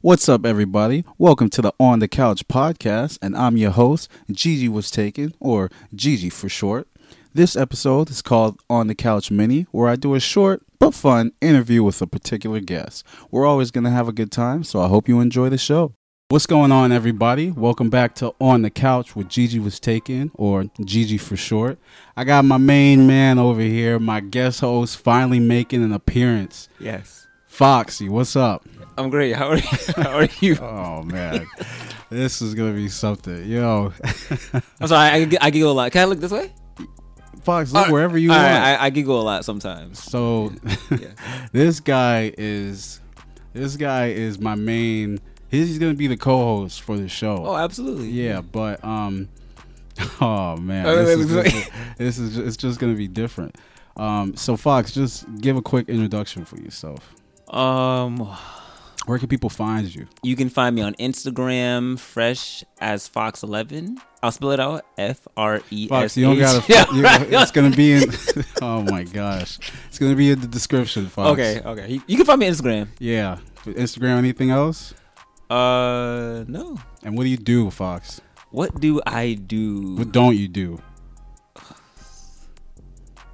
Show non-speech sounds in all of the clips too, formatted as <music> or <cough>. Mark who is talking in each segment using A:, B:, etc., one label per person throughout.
A: What's up, everybody? Welcome to the On the Couch podcast, and I'm your host, Gigi Was Taken, or Gigi for short. This episode is called On the Couch Mini, where I do a short but fun interview with a particular guest. We're always going to have a good time, so I hope you enjoy the show. What's going on, everybody? Welcome back to On the Couch with Gigi Was Taken, or Gigi for short. I got my main man over here, my guest host, finally making an appearance.
B: Yes.
A: Foxy, what's up?
B: I'm great. How are you? <laughs> How are you?
A: Oh man, <laughs> this is gonna be something, yo. <laughs>
B: I'm sorry. I, gi- I giggle a lot. Can I look this way?
A: Fox, look
B: All right.
A: wherever you
B: All
A: want.
B: right, I, I giggle a
A: <laughs>
B: lot sometimes.
A: so,
B: Yeah.
A: this guy is, this guy is my main. He's gonna be the co-host for the show.
B: Oh, absolutely.
A: yeah, but um, <laughs> oh man,
B: Oh, wait,
A: this,
B: wait,
A: is
B: wait,
A: gonna be- this is it's just gonna be different. Um, so Fox, just give a quick introduction for yourself.
B: Um,
A: Where can people find you?
B: you can find me on Instagram, fresh as fox eleven. I'll spell it out: F R E
A: Fox,
B: S.
A: you
B: <laughs>
A: don't gotta.
B: Yeah,
A: you-
B: right.
A: It's gonna be in. <laughs> oh my gosh, it's gonna be in the description, Fox.
B: Okay. Okay. You- You can find me on Instagram.
A: Yeah. Instagram, anything else?
B: Uh, no.
A: And what do you do, Fox?
B: What do I do?
A: What don't you do?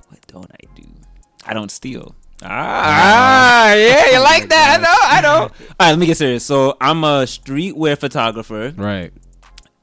B: What don't I do? I don't steal. Ah, yeah, you like that? I know, I know. <laughs> All right, let me get serious. So I'm a streetwear photographer.
A: Right.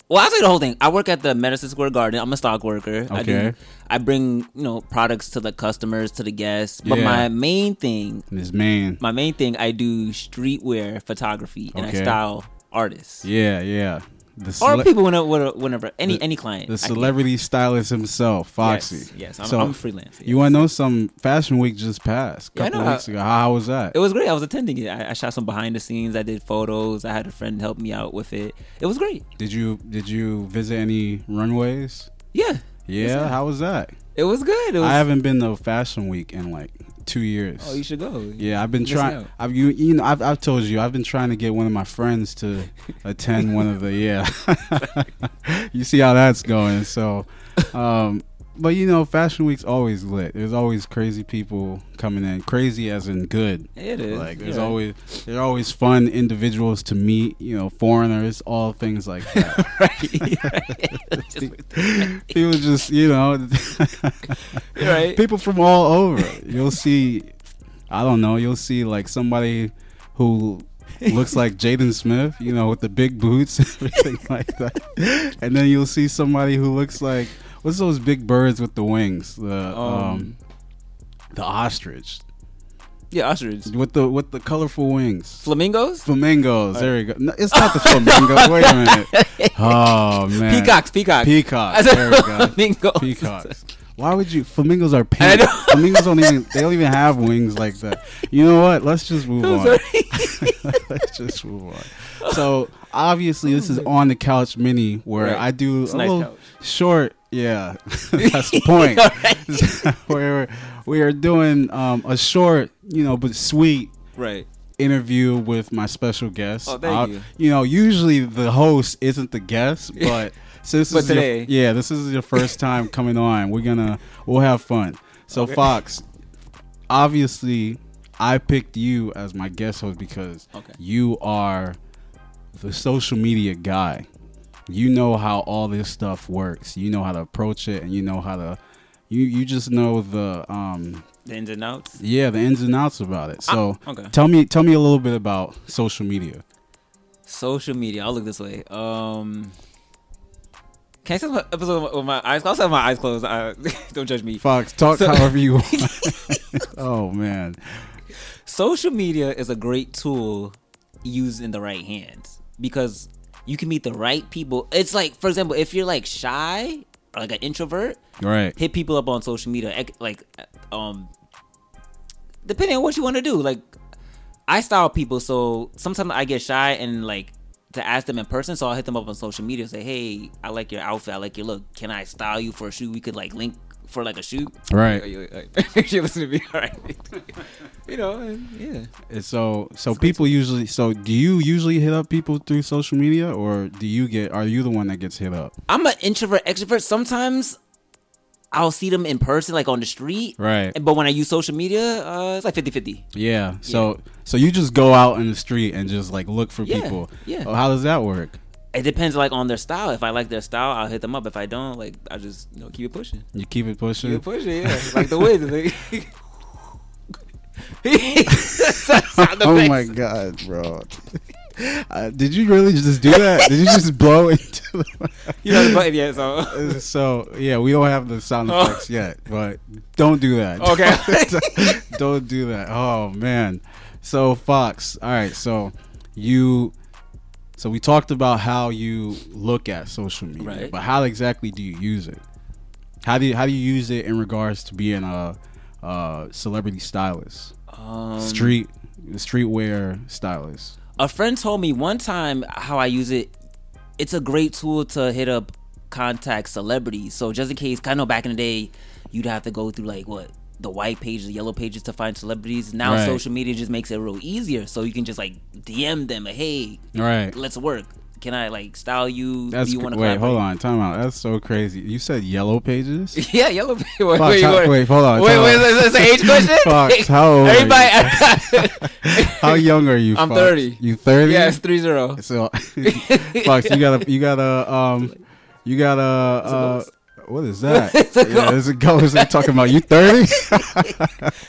B: Well, I'll tell you the whole thing. I work at the Madison Square Garden. I'm a stock worker. I,
A: Okay.
B: do, I bring you know products to the customers, to the guests. But
A: Yeah.
B: my main thing,
A: And this man.
B: my main thing, I do streetwear photography and
A: Okay.
B: I style artists
A: Yeah, yeah. The,
B: or
A: cele-
B: people whenever, whenever any
A: The-
B: any client.
A: the
B: I can-
A: celebrity stylist himself,
B: Yes,
A: Foxy.
B: Yes, I'm,
A: so
B: I'm freelance.
A: you want to know some Fashion Week just passed a
B: Yeah, I
A: couple
B: know.
A: weeks ago. How, how was that?
B: It was great. I was attending it. I, I shot some behind the scenes. I did photos. I had a friend help me out with it. It was great.
A: did you did you visit any runways?
B: Yeah,
A: Yeah,
B: that?
A: how was that?
B: it was good. It was,
A: I haven't been to Fashion Week in like two years.
B: oh, you should go. <laughs>
A: Yeah, I've been
B: Missing
A: trying.
B: out.
A: I've you you know I've I've told you I've been trying to get one of my friends
B: <laughs>
A: to attend one of the yeah. <laughs> you see how that's going. So, um, but you know, Fashion Week's always lit. There's always crazy people coming in. Crazy as in good.
B: It is.
A: Like there's
B: Yeah.
A: always there's always fun individuals to meet. You know, foreigners, all things like that. <laughs>
B: <laughs> right. Just-
A: people just you know,
B: <laughs> right.
A: people from all over. You'll see, I don't know, you'll see like somebody who looks like Jaden Smith, you know, with the big boots and <laughs> everything like that. And then you'll see somebody who looks like what's those big birds with the wings? The um,
B: Um,
A: the ostrich
B: yeah, ostrich.
A: with the with the colorful wings.
B: Flamingos?
A: Flamingos. There you go. No, it's
B: <laughs>
A: not the flamingo. Wait a minute. Oh man.
B: Peacocks, peacocks. <laughs> I
A: Peacocks.
B: said
A: There we go.
B: flamingos.
A: Peacocks. <laughs> Why would you? Flamingos are pink.
B: know.
A: Flamingos don't even. They don't even have wings like that. You know what? Let's just move
B: <laughs> I'm
A: on.
B: sorry.
A: <laughs>
B: <laughs>
A: Let's just move on. So obviously, this is on the couch mini where
B: Right.
A: I do
B: It's
A: a
B: nice
A: little
B: couch.
A: short.
B: <laughs>
A: Yeah, <laughs> that's the point. <laughs> where we are doing um, a short, you know, but sweet
B: right.
A: interview with my special guest.
B: Oh, thank
A: I'll-
B: you.
A: You know, usually the host isn't the
B: <laughs>
A: guest, but since this
B: But
A: is your-
B: today-
A: yeah, this is your first
B: <laughs>
A: time coming on. We're gonna we'll have fun. So
B: Okay.
A: Fox, obviously, I picked you as my guest host because
B: Okay.
A: you are the social media guy. You know how all this stuff works. You know how to approach it, and you know how to. You, you just know the um
B: The ins and outs.
A: yeah the ins and outs about it. So
B: Ah, Okay.
A: Tell me, tell me a little bit about social media.
B: Social media. I'll look this way. Um. Can I say my episode with my eyes closed? Um, I'll have my eyes closed. Uh, <laughs> don't judge me.
A: Fox, talk
B: So-
A: however
B: <laughs>
A: you want. <laughs> oh man,
B: social media is a great tool used in the right hands because you can meet the right people. It's like, for example, if you're like shy, or like an introvert,
A: right?
B: hit people up on social media. ec- Like, um, depending on what you want to do. Like, I style people, so sometimes I get shy and like to ask them in person. So I'll hit them up on social media, and say, "Hey, I like your outfit. I like your look. Can I style you for a shoe? We could like link for like a shoe."
A: Right.
B: Are you- are you- Make sure <laughs> you listen to me. All right. <laughs> you know, and yeah.
A: And so, so people usually. So, do you usually hit up people through social media, or do you get? Are you the one that gets hit up?
B: I'm an introvert extrovert. Sometimes I'll see them in person, like on the street.
A: Right.
B: But when I use social media, uh, it's like 50 50.
A: Yeah. So so you just go out in the street and just like look for
B: Yeah,
A: people.
B: yeah.
A: Oh, how does that work?
B: It depends, like, on their style. If I like their style, I'll hit them up. If I don't, like, I just, you know, keep it pushing.
A: You keep it <laughs>
B: Keep
A: pushing.
B: it pushing, yeah. like <laughs> the Wiz.
A: <laughs>
B: like-
A: oh my god, bro. <laughs> Uh, did you really just do that? did you just blow into the
B: <laughs> You know the button, yeah, so.
A: <laughs> Uh, So yeah, we don't have the sound
B: Oh.
A: effects yet, but don't do that.
B: Okay.
A: <laughs> don't do that. Oh man. So Fox. All right. So you. So we talked about how you look at social media,
B: Right.
A: but how exactly do you use it? How do you how do you use it in regards to being a, a celebrity stylist,
B: Um,
A: street streetwear stylist?
B: A friend told me one time how I use it. It's a great tool to hit up contact celebrities. So just in case, kind of back in the day, you'd have to go through like what the white pages, the yellow pages to find celebrities. Now
A: Right.
B: social media just makes it real easier. So you can just like DM them, like, hey,
A: Right.
B: let's work. Can I like style you? Do
A: That's
B: you
A: wait.
B: wanna
A: Hold
B: collaborate?"
A: on. Time out. That's so crazy. You said yellow pages.
B: <laughs> Yeah, yellow pages. Wait,
A: Fox,
B: wait,
A: how-
B: wait,
A: wait, hold on,
B: Wait,
A: time
B: wait,
A: out.
B: that's an age
A: <laughs>
B: question.
A: Fox, how old are
B: <laughs>
A: you?
B: Everybody,
A: How young are you?
B: I'm
A: Fox?
B: 30.
A: You thirty?
B: Yes, three zero.
A: So, <laughs> Fox, you gotta, you gotta, um, you gotta, uh, what is
B: <laughs>
A: that? yeah, there's a ghost. They're talking about you thirty. <laughs>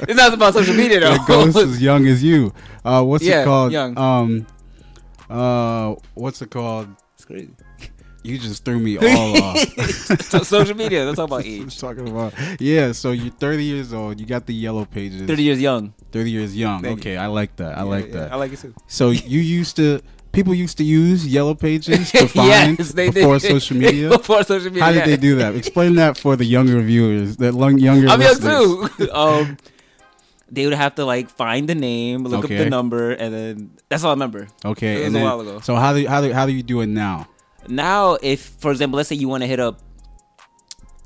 B: It's not about social media though.
A: the
B: <laughs>
A: ghost is young as you. Uh, what's it
B: Yeah,
A: called?
B: young.
A: Um, uh, what's it called?
B: It's crazy.
A: You just threw
B: <laughs>
A: me all off. <laughs>
B: So- social media. Let's talk about
A: I
B: age.
A: was talking about yeah. So you're thirty years old. You got the yellow pages.
B: Thirty years young.
A: 30 years young.
B: Thank you.
A: okay, I like that. I like that.
B: I like it
A: <laughs>
B: too.
A: So you used to people used to use yellow pages to find
B: <laughs> yes, they
A: before
B: did.
A: social media.
B: <laughs> before social media.
A: How did
B: yeah.
A: they do that? Explain that for the younger viewers, the long, younger.
B: I'm young
A: listeners.
B: too. <laughs> um, they would have to like find the name, look up
A: Okay.
B: the number, and then that's all I remember.
A: Okay,
B: It was
A: and
B: a
A: then-
B: while ago.
A: so how do you, how do how do you do it now?
B: Now, if for example, let's say you want to hit up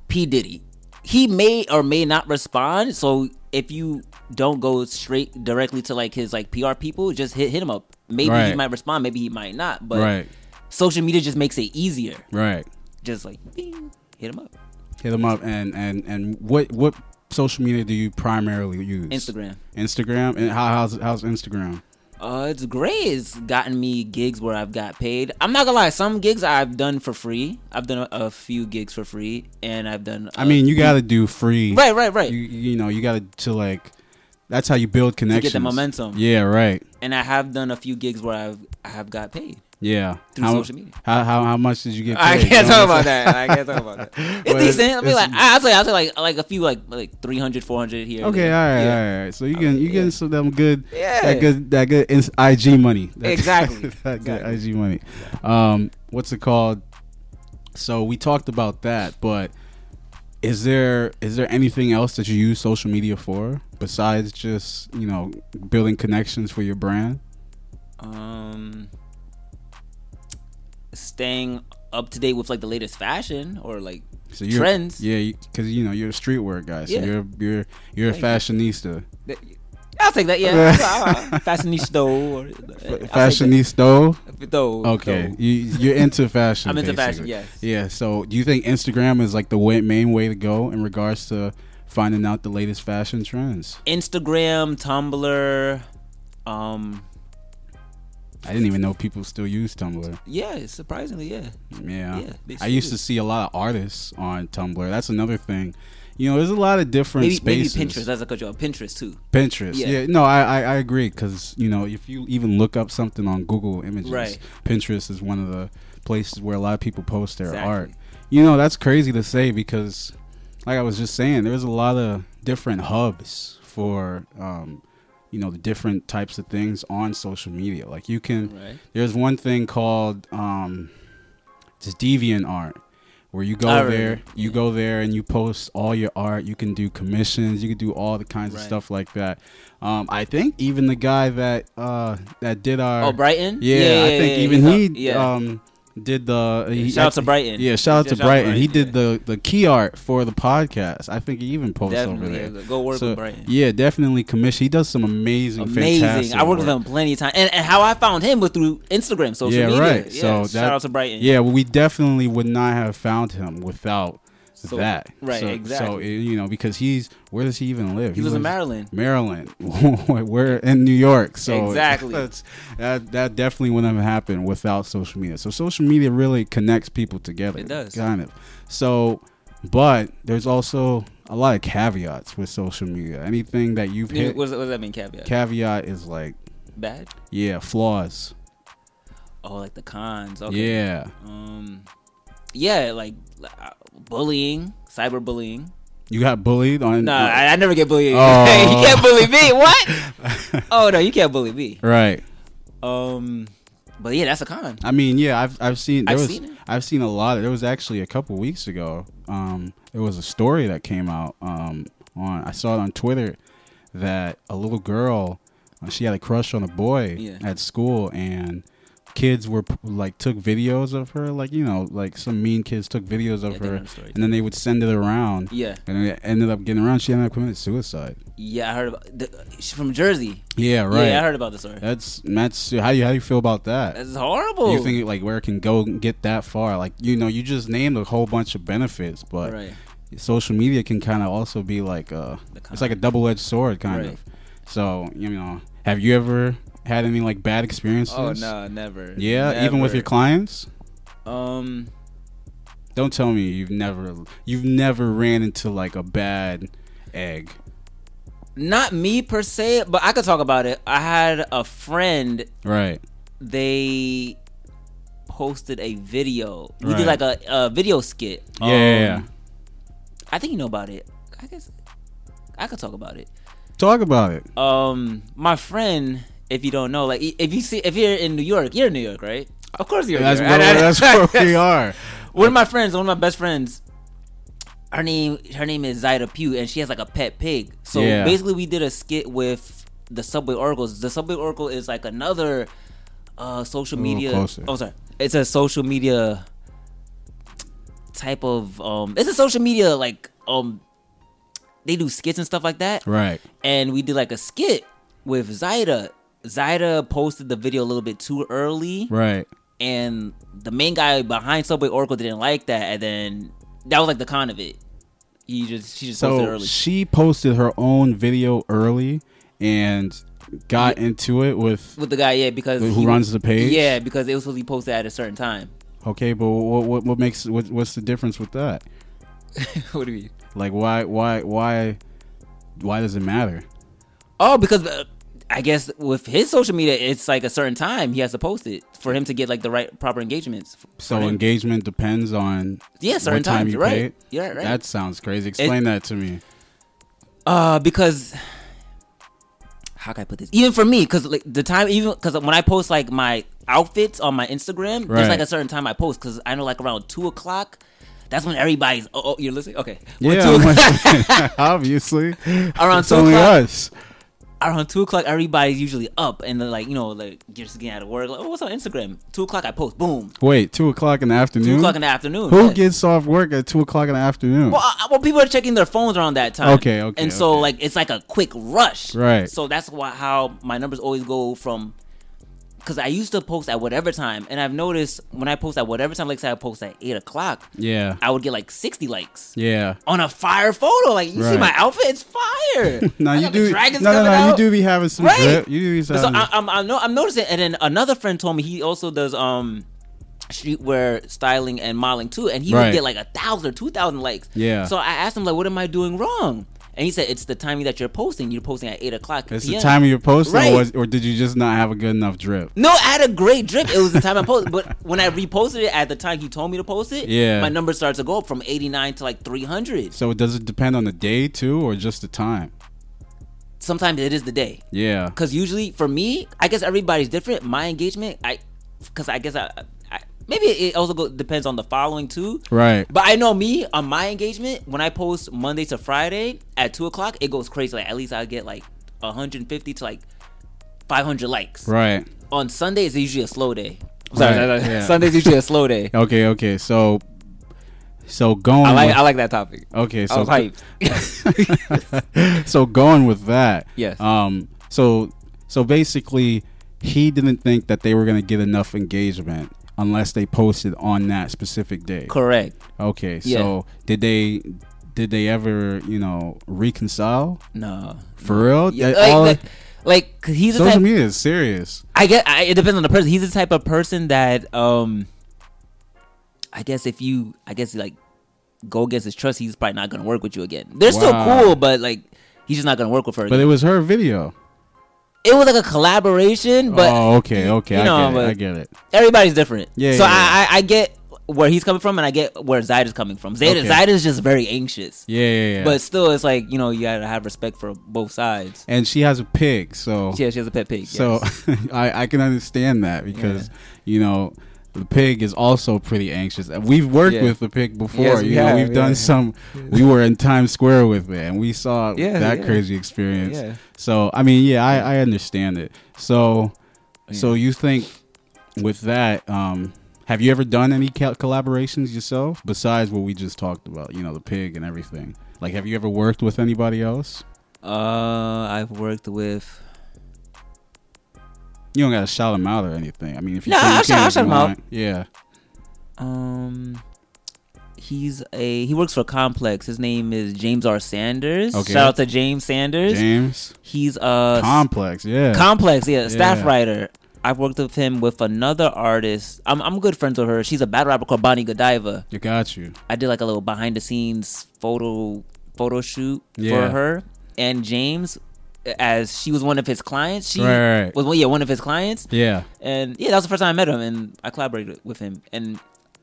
B: P Diddy, he may or may not respond. So if you don't go straight directly to like his like PR people, just hit hit him up. Maybe he
A: Right.
B: might respond, maybe he might not. But
A: Right,
B: social media just makes it easier.
A: right.
B: Just like bing, hit him up.
A: Hit them up and and and what what social media do you primarily use?
B: Instagram.
A: Instagram and how, how's how's Instagram?
B: Uh, it's great. It's gotten me gigs where I've got paid. I'm not gonna lie, some gigs I've done for free. I've done a, a few gigs for free, and I've done.
A: I mean, you got to do free.
B: Uh, right, right, right.
A: You you know you got to to like. That's how you build
B: the
A: connections.
B: momentum.
A: Yeah. Right.
B: and I have done a few gigs where I've I have got paid.
A: Yeah.
B: Through
A: how,
B: social media.
A: How, how how much did you get? Paid?
B: I
A: You know
B: can't
A: what
B: talk
A: I'm
B: about
A: saying?
B: that. I can't talk about
A: <laughs>
B: that. It's
A: But
B: decent. I mean,
A: it's-
B: like I- I'll say, I'll say like like a few like like 300, 400 here.
A: Okay, all
B: there.
A: right,
B: Yeah.
A: all right. So you can you getting some them good,
B: Yeah.
A: that good, that good ins- IG money. That- <laughs>
B: Exactly.
A: that good
B: Exactly.
A: IG money. Um, what's it called? So we talked about that, but is there is there anything else that you use social media for besides just you know building connections for your brand?
B: Um, staying up to date with like the latest fashion or like
A: So you're,
B: Trends.
A: yeah, because you know you're a streetwear guy, so
B: Yeah.
A: you're you're you're a
B: Thank you.
A: fashionista,
B: That- I'll take
A: <laughs>
B: that. Yeah, fashionista or uh,
A: F-
B: I'll take that.
A: fashionista.
B: Though,
A: Okay,
B: though.
A: you, you're into fashion.
B: <laughs> I'm into fashion.
A: basically.
B: Yes.
A: Yeah. So, do you think Instagram is like the way, main way to go in regards to finding out the latest fashion trends?
B: Instagram, Tumblr. Um.
A: I didn't even know people still use Tumblr.
B: Yeah. Surprisingly, yeah.
A: Yeah.
B: Yeah, they
A: I
B: still
A: used
B: do.
A: to see a lot of artists on Tumblr. That's another thing. You know, there's a lot of different
B: Maybe
A: spaces.
B: maybe Pinterest. That's a good job. Pinterest too.
A: Pinterest. Yeah.
B: Yeah.
A: no, I I, I agree because you know if you even look up something on Google Images,
B: Right.
A: Pinterest is one of the places where a lot of people post their
B: Exactly.
A: art. You know that's crazy to say because, like I was just saying, there's a lot of different hubs for, um, you know, the different types of things on social media. Like you can,
B: Right.
A: there's one thing called um, just deviant art where you go
B: I remember.
A: there you go there and you post all your art you can do commissions you can do all the kinds of
B: Right.
A: stuff like that um, i think even the guy that uh, that did our
B: Oh, Brighton.
A: yeah, i think
B: yeah,
A: even
B: he's
A: he
B: up- yeah.
A: um, did the he
B: shout out to
A: actually-
B: Brighton.
A: yeah shout out to brighton he did
B: yeah.
A: the the key art for the podcast i think he even posted over
B: Definitely,
A: there
B: yeah, go work
A: So,
B: with Brighton.
A: yeah definitely commission he does some amazing
B: Amazing.
A: fantastic
B: I worked with
A: work.
B: him plenty of time, and, and how I found him was through Instagram, social
A: Yeah,
B: media.
A: right. So
B: Yeah, shout
A: that-
B: out to Brighton.
A: Yeah, well, we definitely would not have found him without
B: So-
A: that.
B: right,
A: So, So
B: exactly.
A: eh, you know, because he's where does he even live?
B: He lives in Maryland.
A: Maryland. <laughs> We're in New York, so <laughs>
B: Exactly.
A: that's- that that definitely wouldn't have happened without social media. So social media really connects people together.
B: It does.
A: kind of. So, but there's also a lot of caveats with social media. Anything that you've
B: Yeah,
A: hit,
B: What does, what does that mean? Caveat.
A: caveat is like,
B: Bad.
A: yeah, flaws.
B: Oh, like the cons. Okay.
A: Yeah,
B: Um. Yeah, like uh, bullying, cyberbullying.
A: you got bullied on.
B: No, I, I never get bullied.
A: Oh.
B: <laughs> you can't
A: <laughs>
B: bully me. What? oh no, you can't bully me.
A: right.
B: Um, but yeah, that's a con.
A: I mean, yeah, I've I've seen there
B: I've
A: was
B: seen it.
A: I've seen a lot. there was actually a couple weeks ago. Um, there was a story that came out. Um, on I saw it on Twitter that a little girl uh, she had a crush on a boy
B: Yeah.
A: at school and kids were p- like took videos of her like you know like some mean kids took videos
B: Yeah,
A: of
B: I think I
A: her
B: know the story.
A: and then they would send it around
B: Yeah,
A: and then it ended up getting around she ended up committing suicide
B: yeah, I heard about. The, she's from Jersey.
A: yeah right
B: Yeah, I heard about the story.
A: that's that's how you how you feel about that
B: That's horrible.
A: You think like where it can go and get that far? Like you know, you just named a whole bunch of benefits, but
B: right?
A: social media can kind of also be like a
B: The con.
A: it's like a double edged sword kind
B: Right.
A: of. So you know, have you ever had any like bad experiences?
B: Oh no, never.
A: Yeah, even with your
B: Never.
A: clients.
B: Um,
A: Don't tell me you've never you've never ran into like a bad egg.
B: not me per se, but I could talk about it. I had a friend.
A: Right.
B: They posted a video. We
A: Right.
B: did like a, a video skit.
A: Yeah, yeah, yeah.
B: Um, I think you know about it. I guess I could talk about it.
A: Talk about it.
B: um my friend if you don't know like if you see if you're in new york you're in new york right of course you're in
A: That's
B: New
A: where,
B: <laughs> York.
A: that's where we are.
B: one of my friends one of my best friends her name her name is Zaida Pugh and she has like a pet pig. So
A: Yeah.
B: basically we did a skit with the Subway Oracles. The Subway Oracle is like another uh social
A: little
B: media
A: closer.
B: Oh sorry. It's a social media type of um it's a social media like um they do skits and stuff like that
A: Right.
B: and we did like a skit with Zaida. Zaida posted the video a little bit too early,
A: Right.
B: and the main guy behind Subway Oracle didn't like that, and then that was like the con of it. He just she just posted
A: So
B: early.
A: she posted her own video early and got into it with
B: with the guy, yeah, because
A: Who runs the page?
B: yeah, because it was supposed to be posted at a certain time.
A: okay, but what what, what makes what, what's the difference with that?
B: <laughs> what do you mean?
A: Like why why why why does it matter?
B: Oh, because uh, I guess with his social media, it's like a certain time he has to post it for him to get like the right proper engagements. for
A: So
B: him.
A: engagement depends on
B: yeah, certain
A: what time
B: times,
A: you
B: right?
A: pay it.
B: Yeah, right.
A: That sounds crazy. Explain that to me.
B: Uh, because how can I put this? Even for me, because like the time, even because when I post like my outfits on my Instagram,
A: Right.
B: there's like a certain time I post because I know like around two o'clock. That's when everybody's. Oh, oh you're listening. Okay. When
A: Yeah,
B: two
A: I'm
B: o'clock-
A: like- <laughs> obviously.
B: <laughs> Around
A: it's
B: two
A: only
B: o'clock.
A: us.
B: <laughs> Around two o'clock, everybody's usually up and they're like, you know, like you're just getting out of work. Like, oh, what's on Instagram? Two o'clock, I post. Boom.
A: Wait, two o'clock in the
B: Two
A: afternoon.
B: o'clock in the afternoon.
A: Hmm? Who
B: yeah.
A: gets off work at two o'clock in the afternoon?
B: Well, I- well, people are checking their phones around that time.
A: Okay, okay,
B: And so,
A: okay.
B: like, it's like a quick rush.
A: Right.
B: So that's why how my numbers always go from. Because I used to post at whatever time, and I've noticed when I post at whatever time, like say I post at eight o'clock,
A: yeah,
B: I would get like sixty likes
A: yeah.
B: on a fire photo. Like you see
A: Right.
B: my outfit,
A: <laughs>
B: it's fire.
A: No,
B: I
A: you
B: got the
A: do.
B: Dragons
A: no, no,
B: coming
A: no. You
B: out.
A: do be having some
B: Right.
A: drip. You do be
B: So
A: having.
B: I, I'm I know I'm noticing, and then another friend told me he also does um streetwear styling and modeling too, and he
A: Right.
B: would get like a thousand or two thousand likes.
A: Yeah.
B: So I asked him like, "What am I doing wrong?" And he said, "It's the timing that you're posting. You're posting at eight o'clock
A: it's
B: p.m."
A: the time of your posting,
B: Right.
A: or, was- or did you just not have a good enough drip?
B: No, I had a great drip. It was the time I posted, but when I reposted it at the time he told me to post it,
A: Yeah.
B: my numbers started to go up from eighty nine to like three hundred.
A: So does it depend on the day too, or just the time?
B: Sometimes it is the day.
A: Yeah.
B: because usually for me, I guess everybody's different. My engagement, I, because I guess I, I maybe it also go, depends on the following too.
A: Right.
B: But I know me on my engagement when I post Monday to Friday at two o'clock, it goes crazy. Like at least I get like 150 to like 500 likes.
A: Right.
B: On Sunday it's usually a slow day. I'm Sorry,
A: Right,
B: no, no,
A: yeah.
B: <laughs> Sunday's usually a slow
A: <laughs>
B: day.
A: Okay. Okay. So. So going.
B: I like
A: with-
B: I like that topic.
A: okay.
B: I
A: So
B: was
A: <laughs>
B: hyped.
A: so going with that.
B: Yes.
A: Um. So so basically, he didn't think that they were gonna get enough engagement unless they posted on that specific day.
B: Correct.
A: Okay,
B: Yeah.
A: so did they did they ever you know reconcile
B: No.
A: for real?
B: Yeah,
A: That
B: like,
A: all-
B: like, like, 'cause he's the
A: social
B: type.
A: media is serious.
B: I guess I, it depends on the person. He's the type of person that, um, I guess if you, I guess like, go against his trust, he's probably not gonna work with you again. They're
A: Wow.
B: still cool, but like, he's just not gonna work with her.
A: But
B: Again.
A: it was her video.
B: It, was like a collaboration, but
A: oh, okay, okay,
B: you
A: I,
B: know,
A: get
B: but-
A: it, I get it.
B: everybody's different.
A: Yeah,
B: So
A: yeah,
B: I, I, I get where he's coming from, and I get where Zayd is coming from. Zayd,
A: Okay.
B: Zayd is just very anxious,
A: Yeah, yeah, yeah.
B: but still, it's like you know, you gotta have respect for both sides.
A: and she has a pig, so
B: Yeah, she has a pet pig.
A: so
B: yes.
A: <laughs> I I can understand that because you know. The pig is also pretty anxious. And We've worked
B: Yeah.
A: with the pig before.
B: Yes, we
A: you know,
B: have,
A: we've done
B: yeah.
A: some. We were in Times Square with it, and we saw
B: Yeah,
A: that
B: yeah.
A: crazy experience.
B: yeah.
A: So I mean, yeah, I, I understand it. So, so you think with that, um, have you ever done any co- collaborations yourself besides what we just talked about? You know, the pig and everything. Like, have you ever worked with anybody else?
B: Uh, I've worked with.
A: You don't gotta shout them out or anything. I mean, if you
B: No,
A: can, you
B: I'll shout-
A: can
B: I'll
A: if
B: shout
A: you
B: 'em out.
A: want. Yeah.
B: Um, he's a he works for Complex. His name is James R. Sanders.
A: Okay.
B: Shout out to James Sanders.
A: James
B: He's a
A: Complex. Yeah.
B: Complex, yeah, staff
A: Yeah.
B: writer. I've worked with him with another artist. I'm I'm good friends with her. She's a battle rapper called Bonnie Godiva.
A: you got you.
B: I did like a little behind the scenes photo photo shoot
A: Yeah.
B: for her and James. As she was one of his clients, she
A: Right, right, right.
B: was one, yeah one of his clients.
A: Yeah.
B: And yeah, that was the first time I met him, and I collaborated with him. And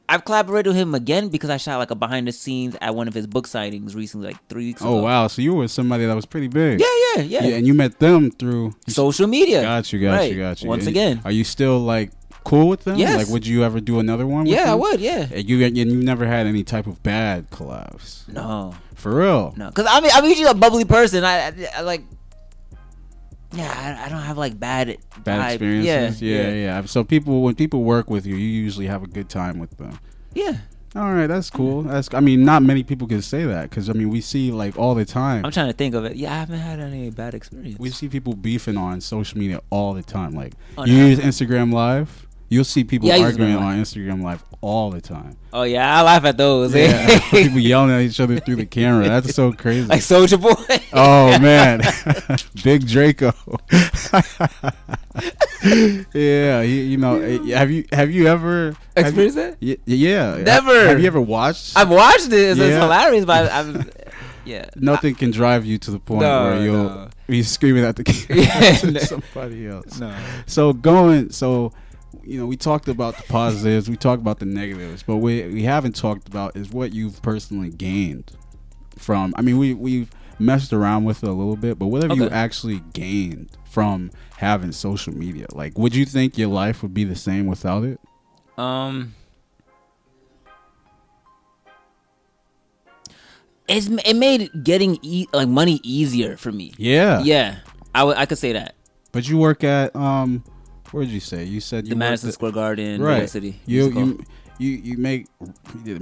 B: I've collaborated with him again because I shot like a behind the scenes at one of his book signings recently, like three weeks ago.
A: Oh wow. So you were somebody that was pretty big.
B: Yeah, yeah, yeah.
A: Yeah, and you met them through
B: Social media.
A: Got you, got you,
B: Right.
A: got you.
B: Once
A: And
B: again.
A: are you still like cool with them?
B: Yes.
A: Like, would you ever do another one? with
B: yeah, I
A: them?
B: would. Yeah.
A: And you and you never had any type of bad collabs,
B: No,
A: for real.
B: no, because I mean, I'm usually a bubbly person. I, I, I like. Yeah, I, I don't have like bad
A: Bad
B: vibe.
A: experiences,
B: Yeah,
A: yeah, So people, when people work with you, you usually have a good time with them.
B: yeah.
A: All right, that's cool. That's I mean, not many people can say that because I mean, we see like all the time.
B: I'm trying to think of it. Yeah, I haven't had any bad experience.
A: we see people beefing on social media all the time. Like
B: Oh,
A: you
B: no.
A: use Instagram Live, you'll see people
B: Yeah, I use
A: arguing
B: Instagram Live.
A: on Instagram Live all the
B: <laughs>
A: time.
B: oh yeah, I laugh at those. <laughs>
A: Yeah, <laughs> people yelling at each other through the camera. That's so crazy.
B: like <laughs> Soldier Boy.
A: Oh man, <laughs> Big Draco. <laughs> yeah, you, you know, eh, have you have you ever have you-
B: Experience that?
A: Y- yeah,
B: Never.
A: Have you ever watched?
B: I've watched it. It's,
A: Yeah.
B: it's hilarious, but
A: <laughs>
B: I- I'm yeah.
A: Nothing can drive you to the point
B: No,
A: where you'll
B: no.
A: be screaming
B: <laughs>
A: at the camera
B: Yeah,
A: to
B: no.
A: somebody else.
B: No.
A: So going, so you know, we talked about the positives, we talked about the negatives, but we we haven't talked about is what you've personally gained from. I mean, we we've messed around with it a little bit, but what have you
B: Okay.
A: actually gained from having social media? Like, would you think your life would be the same without it?
B: Um. It's, it made getting e- like money easier for me.
A: Yeah,
B: Yeah, I would I could say that.
A: But you work at um, where did you say? You said you
B: The
A: worked
B: Madison
A: at-
B: Square Garden, New York City.
A: You
B: musical.
A: you, you you make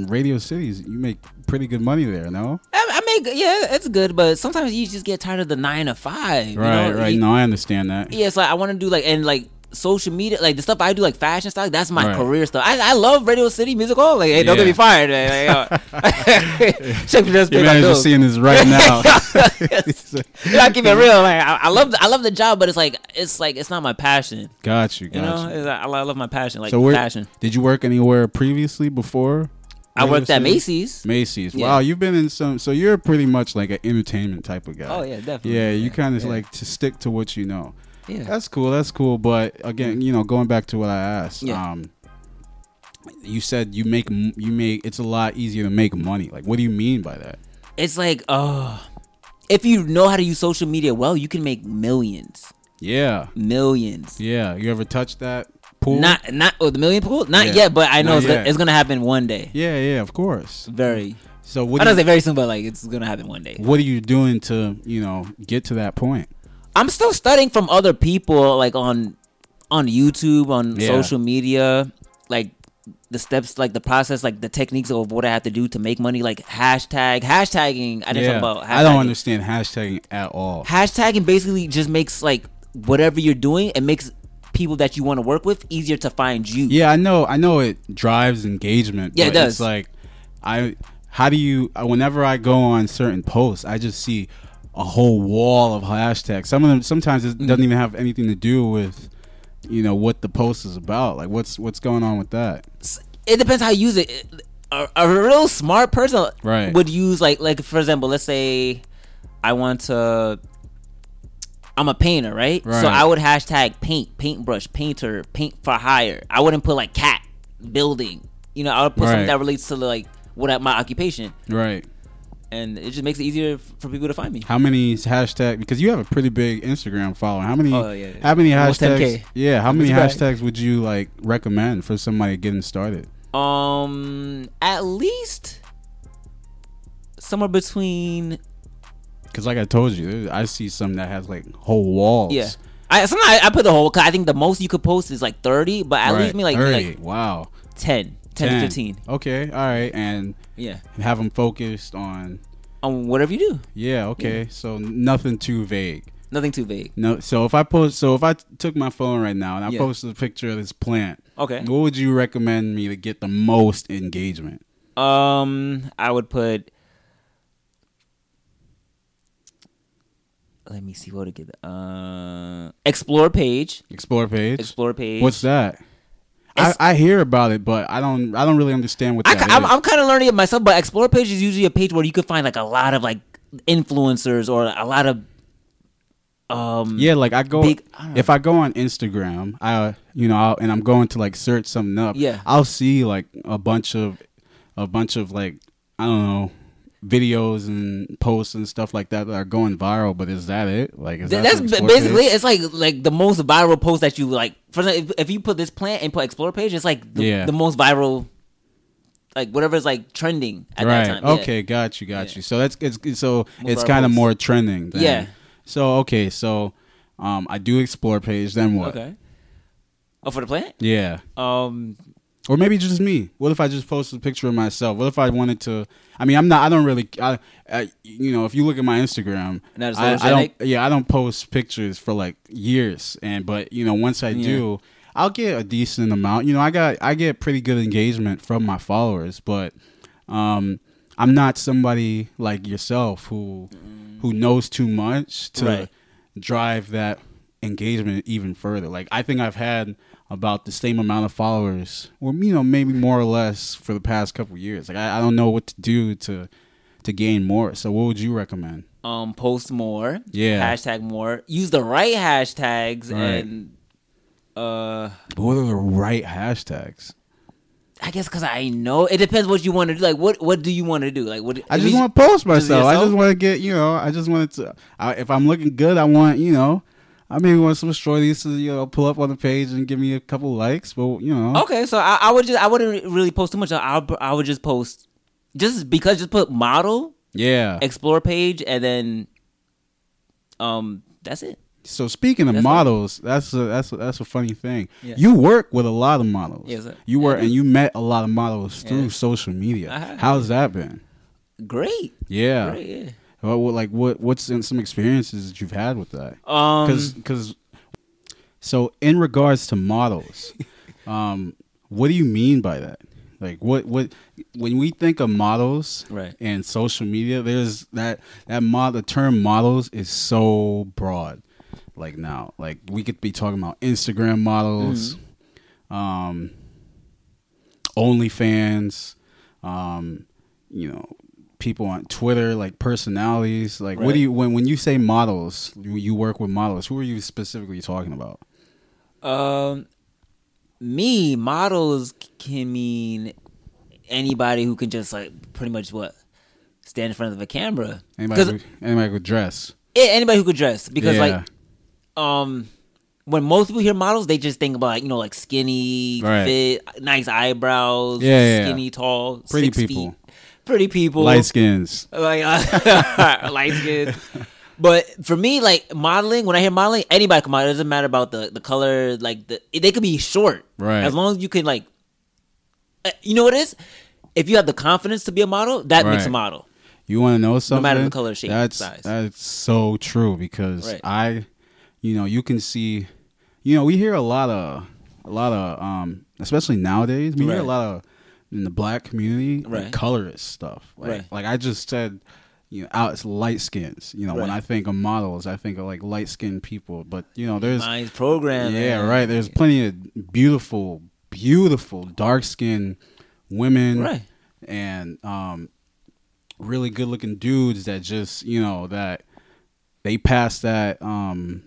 A: Radio Cities. You make pretty good money there, no?
B: I, I make yeah, it's good, but sometimes you just get tired of the nine to five. you
A: Right,
B: know?
A: right.
B: You-
A: no, I understand that.
B: Yeah, it's like I want to do like and like social media, like the stuff I do, like fashion stuff. That's my
A: Right.
B: career stuff. I, I love Radio City Music Hall. Like, hey, don't
A: Yeah.
B: get me fired. Like, like, yo. <laughs> Check me this
A: Your
B: page, I
A: manager's
B: do.
A: seeing this
B: <laughs>
A: right now.
B: You <laughs>
A: <laughs>
B: gotta keep it real. Like, I, I love the I love the job, but it's like it's like it's not my passion.
A: got you, got you.
B: You know, It's like, I lo- I love my passion, like
A: so where
B: passion.
A: did you work anywhere previously before?
B: I
A: Radio
B: worked at
A: City?
B: Macy's.
A: Macy's.
B: Yeah.
A: Wow, you've been in some. So you're pretty much like an entertainment type of guy.
B: Oh yeah, definitely.
A: Yeah, you kind of
B: yeah.
A: like to stick to what you know.
B: yeah.
A: That's cool. That's cool. But again, you know, going back to what I asked,
B: Yeah.
A: um, you said you make m- you make it's a lot easier to make money. Like, what do you mean by that?
B: It's like oh, if you know how to use social media well, you can make millions,
A: Yeah,
B: millions.
A: yeah. You ever touched that pool?
B: Not not oh, the million pool? Not
A: Yeah.
B: yet, but I know
A: Not
B: it's, gonna,
A: yet.
B: it's gonna happen one day.
A: yeah, yeah. Of course.
B: Very.
A: So what?
B: I
A: Do
B: don't say
A: you,
B: very soon, but like it's gonna happen one day.
A: what are you doing to you know get to that point?
B: I'm still studying from other people, like on on YouTube, on
A: Yeah.
B: social media, like the steps, like the process, like the techniques of what I have to do to make money, like hashtag hashtagging. I didn't
A: yeah,
B: talk about. Hashtagging.
A: I don't understand hashtagging at all.
B: Hashtagging basically just makes like whatever you're doing, it makes people that you want to work with easier to find you.
A: Yeah, I know. I know it drives engagement.
B: Yeah, it
A: but
B: does.
A: It's like I. How do you? uh, Whenever I go on certain posts, I just see a whole wall of hashtags. Some of them sometimes
B: Mm-hmm.
A: it doesn't even have anything to do with you know what the post is about. Like what's what's going on with that?
B: it depends how you use it. A, a real smart person
A: Right.
B: would use like like for example, let's say I want to. I'm a painter, right?
A: Right.
B: So I would hashtag paint, paintbrush, painter, paint for hire. I wouldn't put like cat building. You know, I would put
A: Right.
B: something that relates to like what I, my occupation,
A: Right.
B: and it just makes it easier f- for people to find me.
A: How many hashtag? Because you have a pretty big Instagram following. How many?
B: Oh, yeah, yeah.
A: How many
B: Almost
A: hashtags?
B: 10K.
A: Yeah. How many
B: That's
A: hashtags would you like recommend for somebody getting started?
B: Um, at least somewhere between
A: Because like I told you, there- I see some that has like whole walls.
B: Yeah. I sometimes I put the whole. Cause I think the most you could post is like thirty, but at
A: Right,
B: least me like,
A: 30.
B: like
A: wow.
B: 10, 10,
A: 10.
B: to fifteen.
A: Okay, all right, and
B: Yeah,
A: have them focused on.
B: on whatever you do,
A: Yeah. Okay. So nothing too vague.
B: nothing too vague.
A: No. So if I post, so if I t- took my phone right now and I
B: Yeah.
A: posted a picture of this plant,
B: Okay.
A: what would you recommend me to get the most engagement?
B: Um, I would put. Let me see what to get. Uh, explore page.
A: Explore page.
B: Explore page.
A: What's that? I,
B: It's-
A: I hear about it, but I don't. I don't really understand what
B: I,
A: that
B: ki- I'm, I'm kind of learning it myself, but explore page is usually a page where you could find like a lot of like influencers or a lot of um
A: yeah, like I go
B: Big- I don't know.
A: if I go on Instagram, I you know, I'll, and I'm going to like search something up.
B: Yeah.
A: I'll see like a bunch of a bunch of like I don't know videos and posts and stuff like that that are going viral. But is that it? Like is
B: Th-
A: that
B: that's
A: the
B: ba-
A: explore
B: basically
A: page?
B: it's like like the most viral post that you like. For example, if, if you put this plant and put explore page, it's like the,
A: Yeah.
B: the most viral, like whatever's like trending at
A: right.
B: that time. yeah.
A: Okay, got you, got
B: Yeah.
A: you. So that's it's it's- so it's
B: viral
A: kind of
B: posts.
A: more trending. Then.
B: Yeah.
A: So okay, so um, I do explore page. Then what?
B: Okay. Oh, for the plant.
A: Yeah.
B: Um.
A: Or maybe it's just me. What if I just posted a picture of myself? What if I wanted to? I mean, I'm not. I don't really. I, I you know, if you look at my Instagram,
B: Not as
A: I, I don't.
B: photogenic?
A: Yeah, I don't post pictures for like years. And but you know, once I do, I'll get a decent amount. You know, I got I get pretty good engagement from my followers. But um, I'm not somebody like yourself who who knows too much to
B: Right.
A: drive that engagement even further. Like I think I've had about the same amount of followers, or you know, maybe more or less for the past couple of years. Like I, I don't know what to do to to gain more. So what would you recommend?
B: Um. Post more.
A: Yeah.
B: Hashtag more. Use the right hashtags
A: Right.
B: and. Uh.
A: What are the right hashtags?
B: I guess because I know it depends what you want to do. Like, what what do you want to do? Like, what
A: I
B: if
A: just
B: you-
A: want to post myself. I just
B: yourself?
A: want to get you know. I just wanted to. I, if I'm looking good, I want you know. I maybe want some shorties to you know pull up on the page and give me a couple likes, but you know.
B: Okay, so I, I would just I wouldn't really post too much. I would- I would just post just because just put model
A: Yeah.
B: explore page and then um that's it.
A: So speaking of
B: That's all.
A: models, that's a, that's a, that's a funny thing.
B: Yeah.
A: You work with a lot of models.
B: Yes, sir.
A: you
B: Yeah,
A: work
B: I
A: and you met a lot of models through
B: Yeah.
A: social media.
B: I have.
A: How's that been?
B: Great,
A: Yeah.
B: great. Yeah.
A: Well, what- like what what's in some experiences that you've had with that?
B: Um,
A: Because so in regards to
B: <laughs>
A: models, um, what do you mean by that? Like what what when we think of models
B: Right.
A: and social media, there's that that mod the term models is so broad. Like now, like we could be talking about Instagram models,
B: Mm-hmm.
A: um, OnlyFans, um, you know, people on Twitter, like personalities. Like what
B: Right.
A: do you when when you say models, you, you work with models. Who are you specifically talking about?
B: um, me models c- can mean anybody who can just like pretty much what stand in front of a camera.
A: Anybody,
B: 'Cause-
A: who, anybody with dress.
B: Yeah, anybody who could dress because
A: Yeah.
B: like um when most people hear models they just think about you know like skinny
A: Right.
B: fit nice eyebrows
A: Yeah, yeah, yeah.
B: skinny tall
A: Pretty
B: six
A: people.
B: feet, pretty people
A: Light skins.
B: like
A: <laughs>
B: uh, light skin but for me like modeling when i hear modeling anybody can model it doesn't matter about the the color like the they could be short
A: Right.
B: as long as you can like uh, you know what it is if you have the confidence to be a model that makes a
A: Right.
B: model
A: You want to know something?
B: matter the color, shape,
A: That's
B: size.
A: that's so true because
B: Right.
A: I, you know, you can see you know, we hear a lot of a lot of um especially nowadays, we hear a
B: Right.
A: lot of in the black community like,
B: Right.
A: colorist stuff. Like
B: Right.
A: like I just said you know, out it's light skins. You know, when
B: Right.
A: I think of models, I think of like light skinned people. But you know, there's
B: Mine's program.
A: yeah, right. There's plenty of beautiful, beautiful dark skinned women
B: Right.
A: and um really good looking dudes that just, you know, that they pass that um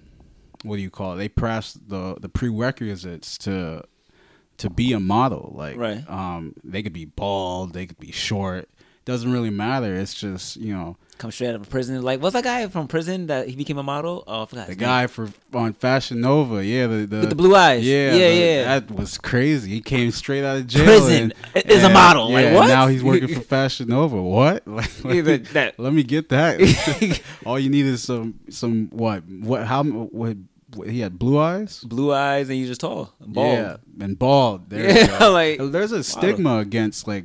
A: what do you call it? They pass the the prerequisites to to be a model. Like
B: Right.
A: um they could be bald, they could be short. Doesn't really matter. It's just, you know,
B: Come straight out of prison. Like, what's that guy from prison that he became a model? Oh, I forgot.
A: the
B: his
A: guy for on Fashion Nova, yeah, the the,
B: With the blue eyes.
A: yeah,
B: Yeah,
A: the-
B: yeah.
A: that was crazy. He came straight out of jail,
B: Prison
A: and-
B: is a
A: and,
B: model. Like, what?
A: Now he's working
B: <laughs>
A: for Fashion Nova. What? <laughs> Like,
B: Yeah,
A: let, me,
B: that- that-
A: let me get that.
B: <laughs>
A: All you need is some some what what how what, what he had blue eyes.
B: name. Blue eyes and he's just tall, bald.
A: Yeah, and bald. There you
B: Yeah,
A: go.
B: <laughs> like-
A: there's a stigma against like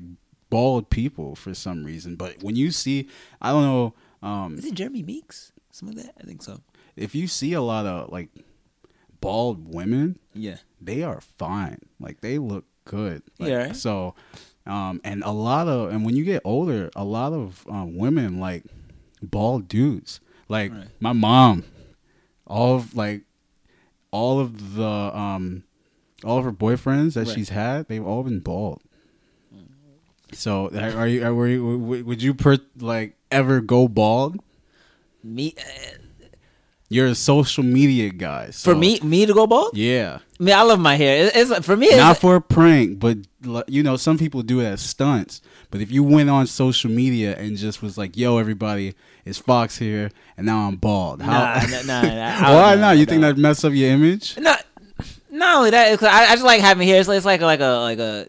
A: bald people for some reason. But when you see, I don't know. Um,
B: Is it Jeremy Meeks? Some of that, I think so.
A: if you see a lot of like bald women,
B: Yeah.
A: they are fine. Like they look good. Like,
B: Yeah, right.
A: So, um, and a lot of and when you get older, a lot of um, women like bald dudes. Like
B: Right.
A: my mom, all of like all of the um all of her boyfriends that
B: Right. Mm.
A: she's had, they've all been bald. So are are you, are, were you w- would you per, like ever go bald?
B: Me uh,
A: You're a social media guy.
B: for
A: so-
B: me, me to go bald.
A: yeah.
B: I mean, I love my hair. It- It's for me. <laughs> It's,
A: not for a prank, but like, you know, some people do it as stunts. But if you went on social media and just was like, "Yo, everybody, it's Fox here, and now I'm bald," <laughs>
B: nah, nah, nah, nah, I
A: why
B: don't know.
A: not? You think
B: Nah.
A: that mess up your image?
B: not not only that, it's- I, I just like having hair. It's, like- it's like a, like a like a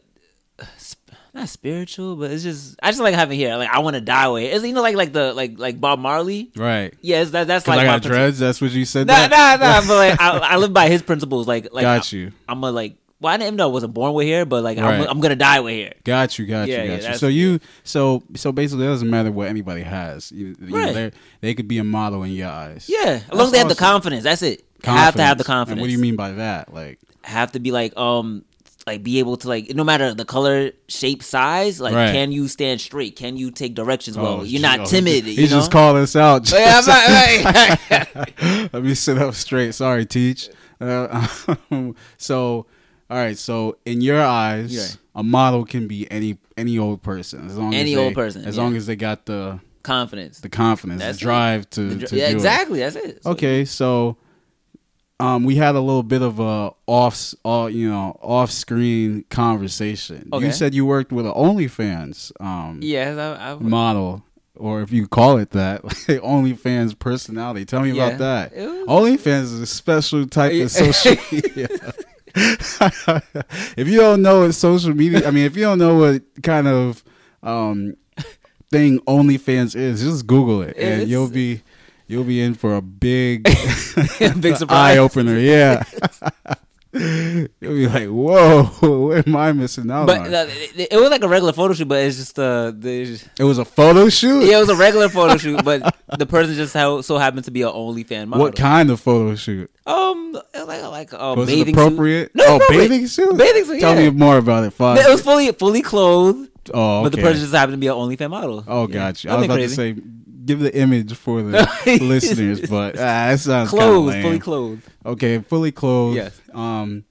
B: sp- not spiritual, but it's just I just like having hair. Like I want to die with it. It's you know like like the like like Bob Marley.
A: Right?
B: Yeah, it's, that that's
A: Because I
B: like my
A: got
B: principle.
A: dreads. That's what you said.
B: Nah,
A: that?
B: nah, nah. but like I, I live by his principles. Like like
A: Got
B: I,
A: you.
B: I'm a like well I didn't know I wasn't born with hair, but like I'm,
A: Right.
B: I'm gonna die with hair.
A: Got you, got you,
B: Yeah, yeah,
A: got you.
B: that's-
A: So you, so so basically, it doesn't matter what anybody has. You, you know,
B: Right.
A: they're- they could be a model in your eyes.
B: Yeah, as long as they have the
A: awesome.
B: confidence. That's it. Have to have the confidence.
A: And what do you mean by that? Like,
B: have to be like um like be able to like no matter the color shape size like
A: Right.
B: can you stand straight can you take directions well
A: oh,
B: you're
A: oh, <laughs>
B: not timid
A: He's
B: you know
A: just calling us out.
B: <laughs> yeah, I'm
A: <laughs>
B: not, right.
A: Let me sit up straight. Sorry, teach. Uh, <laughs> so, all right. So, in your eyes,
B: Yeah.
A: a model can be any any old person as long
B: Any
A: as they,
B: old person,
A: as
B: yeah.
A: long as they got the
B: confidence
A: the confidence,
B: That's it.
A: the drive to, to
B: yeah
A: do it.
B: exactly that's it So-
A: Okay, so um, we had a little bit of a off, all you know, off screen conversation.
B: Okay.
A: You said you worked with an OnlyFans um,
B: yeah I, I,
A: model, or if you call it that, <laughs> OnlyFans personality. Tell me
B: Yeah.
A: about that.
B: It was-
A: OnlyFans is a special type
B: <laughs> Yeah.
A: of social media. <laughs> if you don't know what social media, I mean, if you don't know what kind of um, thing OnlyFans is, just Google it, and
B: It's-
A: you'll be you'll be in for a big <laughs>
B: <laughs> big
A: eye
B: surprise
A: opener. Yeah. <laughs> You'll be like, whoa, <laughs> what am I missing out
B: but
A: on?
B: uh, it, it was like a regular photo shoot but it's just uh the <laughs>
A: it was a photo shoot?
B: yeah it was a regular photo shoot but the person just how, so happened to be an OnlyFan model
A: What kind of photo shoot?
B: um like like a
A: Was it
B: bathing
A: appropriate?
B: suit. no
A: oh,
B: appropriate.
A: bathing suit.
B: bathing suit
A: Tell me
B: yeah.
A: more about it, Fox.
B: it was fully fully clothed
A: oh, okay.
B: But the person just happened to be an OnlyFans model.
A: oh,
B: Yeah.
A: gotcha. I was
B: Nothing
A: about
B: crazy.
A: to say, give the image for <laughs> the listeners, but uh, that sounds kinda
B: clothed,
A: lame.
B: fully clothed.
A: Okay, fully clothed.
B: Yes.
A: Um,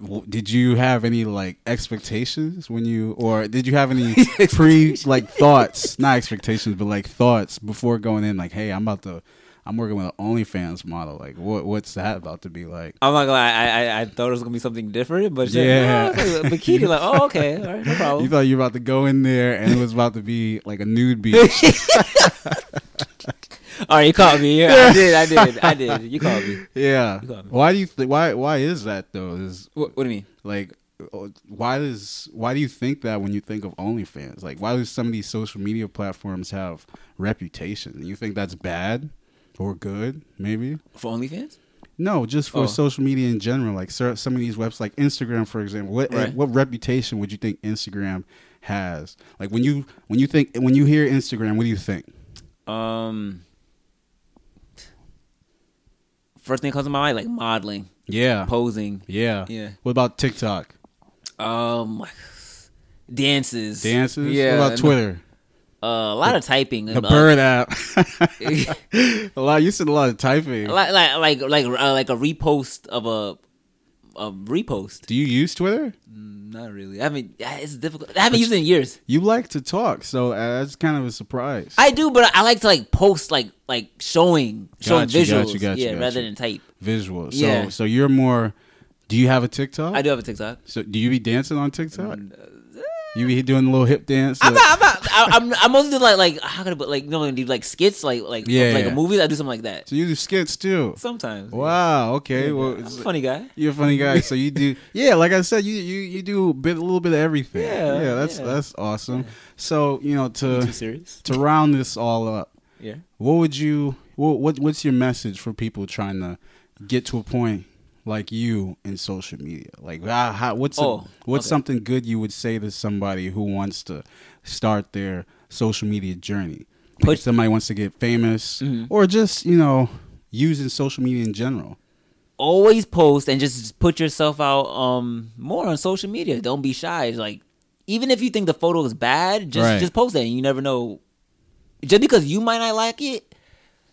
A: w- did you have any like expectations when you, or did you have <laughs> any pre like thoughts? Not expectations, but like thoughts before going in. Like, hey, I'm about to, I'm working with an OnlyFans model. Like, what what's that about to be like?
B: I'm not gonna lie, I, I I thought it was gonna be something different, but shit,
A: Yeah.
B: no,
A: <laughs>
B: it's like a bikini, like oh okay, all right, no
A: You
B: problem.
A: thought you were about to go in there and it was about to be like a nude
B: <laughs>
A: beach.
B: <laughs> all right, you caught me. Yeah, I did, I did,
A: <laughs>
B: I did. You caught me.
A: yeah.
B: got me.
A: Why do you th- why why is that though? Is
B: What, what do you mean?
A: like oh, why does why do you think that when you think of OnlyFans? Like why do some of these social media platforms have reputation? You think that's bad or good? Maybe
B: For OnlyFans?
A: no, just for
B: Oh.
A: social media in general. Like cer- some of these websites, like Instagram, for example. What
B: Right.
A: what reputation would you think Instagram has? Like when you when you think when you hear Instagram, what do you think?
B: Um, First thing that comes to my mind, like modeling,
A: Yeah.
B: posing,
A: yeah.
B: Yeah.
A: What about TikTok?
B: um, dances,
A: Dances?
B: Yeah,
A: What about
B: and-
A: Twitter?
B: uh, a lot of typing,
A: The
B: and, uh,
A: bird app. <laughs> a lot. You said a lot of typing.
B: like like like like, uh, like a repost of a a repost.
A: Do you use Twitter?
B: Not really. I mean, yeah, it's difficult. I haven't used it in years.
A: You like to talk, so uh, that's kind of a surprise.
B: I do, but I like to like post like like showing showing
A: Gotcha,
B: visuals,
A: gotcha, gotcha,
B: yeah,
A: gotcha.
B: rather than type.
A: Visual. So,
B: Yeah.
A: so you're more. Do you have a TikTok?
B: I do have a TikTok.
A: So, do you be dancing on TikTok? You be doing a little hip dance.
B: I'm not. I'm not. I, I'm. I'm mostly doing like like how can I put like you know when you do like skits like like
A: Yeah,
B: like
A: yeah.
B: a movie. I do something like that
A: so you do skits too.
B: sometimes.
A: Wow. Okay. Well,
B: I'm a
A: it's-
B: funny guy.
A: you're a funny guy. So you
B: <laughs>
A: do. Yeah. Like I said, you you you do a bit a little bit of everything.
B: Yeah,
A: Yeah. That's
B: yeah.
A: that's awesome. So you know
B: Too <laughs>
A: to
B: serious.
A: to round this all up,
B: Yeah.
A: what would you what, what what's your message for people trying to get to a point like you in social media like how, how, what's a-
B: Oh,
A: what's
B: okay.
A: something good you would say to somebody who wants to start their social media journey Like,
B: Put- Mm-hmm.
A: if somebody wants to get famous or just you know using social media in general
B: Always post and just just put yourself out um more on social media. Don't be shy. It's like even if you think the photo is bad, just
A: Right.
B: just post that. And you never know. Just because you might not like it,